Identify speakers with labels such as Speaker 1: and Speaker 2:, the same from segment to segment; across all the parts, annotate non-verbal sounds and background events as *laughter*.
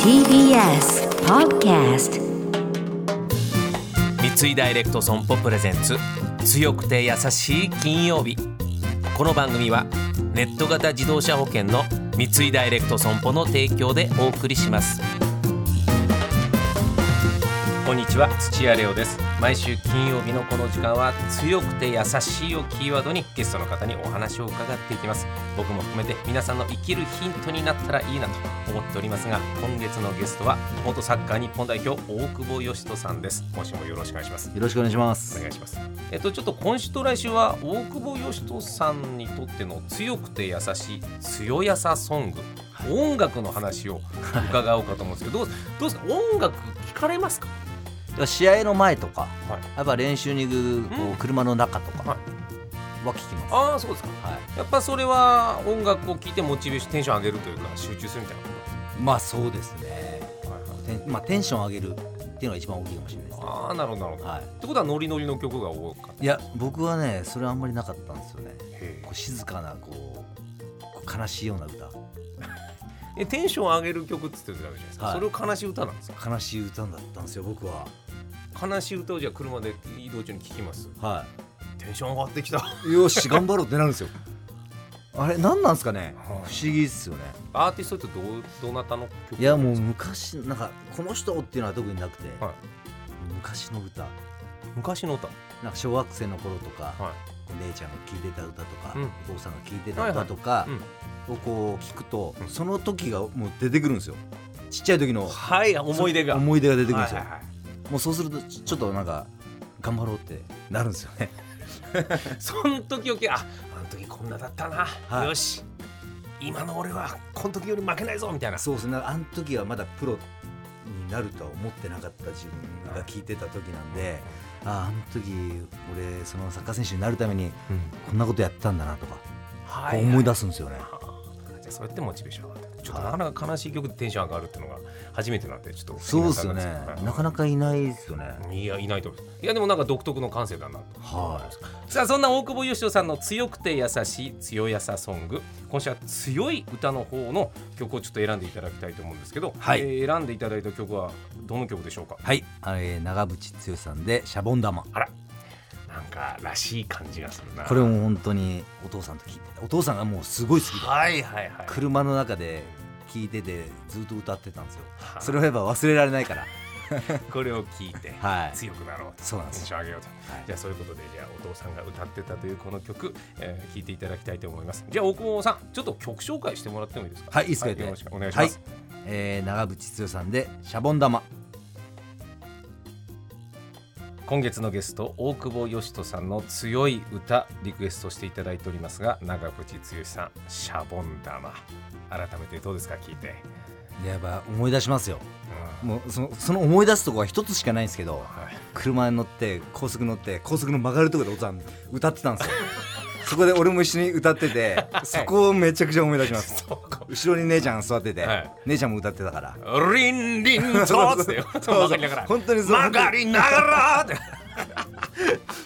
Speaker 1: TBS Podcast
Speaker 2: 三井ダイレクト損保プレゼンツ強くて優しい金曜日この番組はネット型自動車保険の三井ダイレクト損保の提供でお送りしますこんにちは土屋レオです毎週金曜日のこの時間は強くて優しいをキーワードにゲストの方にお話を伺っていきます僕も含めて皆さんの生きるヒントになったらいいなと思っておりますが今月のゲストは元サッカー日本代表大久保嘉人さんです今週もよろしくお願いします
Speaker 3: よろしくお願いしま
Speaker 2: お
Speaker 3: す。
Speaker 2: 願いします。えっとちょっと今週と来週は大久保嘉人さんにとっての強くて優しい強やさソング、音楽の話を伺おうかと思うんですけど、どうどうですか音楽聞かれますか？
Speaker 3: 試合の前とか、
Speaker 2: はい
Speaker 3: やっぱ練習に行くこ
Speaker 2: うん
Speaker 3: う車の中とか
Speaker 2: は
Speaker 3: はい聞きます。
Speaker 2: ああそうですか。
Speaker 3: は
Speaker 2: やっぱそれは音楽を聴いてモチベーションテンション上げるというか集中するみたい
Speaker 3: い、まあそうですね。
Speaker 2: な。はいはい、
Speaker 3: テンまあテンション上げるっていうのが一番大きいかもしれないですね。
Speaker 2: ああなるほどなるほど。
Speaker 3: は
Speaker 2: ってことはノリノリの曲が多かった。
Speaker 3: い。いや僕はねそれあんまりなかったんですよね。
Speaker 2: へ
Speaker 3: こう静かなこうこう悲しいような歌、
Speaker 2: ーえテンション上げる曲っつってたじゃないですか。
Speaker 3: はい
Speaker 2: それを悲しい歌なんですか？
Speaker 3: 悲しい歌だったんですよ僕は。
Speaker 2: 悲しい歌をじゃあ車で移動中に聞きます。
Speaker 3: は
Speaker 2: テンション上がってきた。
Speaker 3: い。よし頑張ろうってなるんですよ。 *laughs* あれ何なんですかね。不
Speaker 2: はい
Speaker 3: 思議ですよね。
Speaker 2: アーティストってどうどなたの曲
Speaker 3: いやもう昔なんかこの人っていうのは特になくて、
Speaker 2: はい
Speaker 3: 昔の歌。
Speaker 2: 昔の歌、
Speaker 3: なんか小学生の頃とか、
Speaker 2: は
Speaker 3: こう姉ちゃんが聴いてた歌とか、
Speaker 2: うん
Speaker 3: お父さんが聴いてた歌とかをこう聞くと、
Speaker 2: うん
Speaker 3: その時がもう出てくるんですよちっちゃい時の
Speaker 2: はい思い出が
Speaker 3: 思い出が出てくるん
Speaker 2: は
Speaker 3: で
Speaker 2: い
Speaker 3: すよ、
Speaker 2: はいはい
Speaker 3: もうそうするとちちょっとなんか頑張ろうってなるんですよね
Speaker 2: その時をきああの時こんなだったな、
Speaker 3: はい
Speaker 2: よし今の俺はこの時より負けないぞみたいな
Speaker 3: *laughs* そうですねあの時はまだプロになるとは思ってなかった自分が聴いてた時なんで、あああの時俺そのサッカー選手になるためにこんなことやってたんだなとか、
Speaker 2: はい
Speaker 3: こう思い出すんですよね、
Speaker 2: あーじゃあそうやってモチベーション上がってちょっとなかなか悲しい曲でテンション上がるっていうのが初めてなんでちょっと
Speaker 3: そうですよね
Speaker 2: はい
Speaker 3: なかなかいないですよね、
Speaker 2: いやいないと思いますいやでもなんか独特の感性だなと
Speaker 3: は
Speaker 2: さあそんな大久保嘉人さんの強くて優しい強やさソング今週は強い歌の方の曲をちょっと選んでいただきたいと思うんですけど、
Speaker 3: はい
Speaker 2: えー選んでいただいた曲はどの曲でしょうか
Speaker 3: はい、えー長渕剛さんでシャボン玉。
Speaker 2: あらなんからしい感じがするな
Speaker 3: これも本当にお父さんと聞いて、お父さんがもうすごい好きで、
Speaker 2: はいはいはい
Speaker 3: 車の中で聞いててずっと歌ってたんですよ
Speaker 2: は。い
Speaker 3: それをやっぱ忘れられないから。
Speaker 2: これを聞いて
Speaker 3: *laughs* はい。
Speaker 2: 強くなろうと
Speaker 3: そうなんで
Speaker 2: テ
Speaker 3: す
Speaker 2: ン
Speaker 3: よ
Speaker 2: ション上げようと、
Speaker 3: はい
Speaker 2: じゃあそういうことでじゃあお父さんが歌ってたというこの曲、えー、聞いていただきたいと思いますじゃあ大久保さんちょっと曲紹介してもらってもいいですか
Speaker 3: はい、いいですか、
Speaker 2: よろしくお願いします、
Speaker 3: はいえー長渕剛さんでシャボン玉。
Speaker 2: 今月のゲスト大久保嘉人さんの強い歌リクエストしていただいておりますが長渕剛さん「シャボン玉」改めてどうですか聞いて、
Speaker 3: でやっぱ思い出しますよ。
Speaker 2: うん
Speaker 3: もうそのその思い出すとこは一つしかないんですけど、
Speaker 2: はい
Speaker 3: 車に乗って高速乗って高速の曲がるところでお父さん歌ってたんですよ。 *laughs* そこで俺も一緒に歌ってて、そこをめちゃくちゃ思い出します。
Speaker 2: そうか
Speaker 3: 後ろに姉ちゃん座ってて、
Speaker 2: はい
Speaker 3: 姉ちゃんも歌ってたから
Speaker 2: リンリ
Speaker 3: *laughs*
Speaker 2: ンとーって曲がりながら
Speaker 3: 本当にそう
Speaker 2: 曲がりながらって、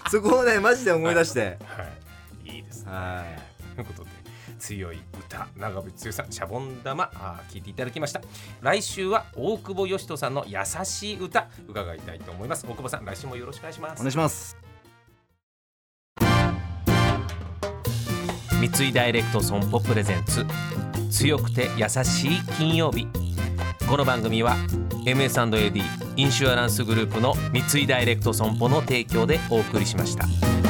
Speaker 3: そこをねマジで思い出して
Speaker 2: はい、いいですね
Speaker 3: はい
Speaker 2: ということで強い歌長渕剛さんシャボン玉あー聞いていただきました来週は大久保嘉人さんの優しい歌伺いたいと思います大久保さん来週もよろしくお願いしま
Speaker 3: お
Speaker 2: す
Speaker 3: 願いします
Speaker 2: 三井ダイレクト損保プレゼンツ強くて優しい金曜日この番組は MS&AD インシュアランスグループの三井ダイレクト損保の提供でお送りしました。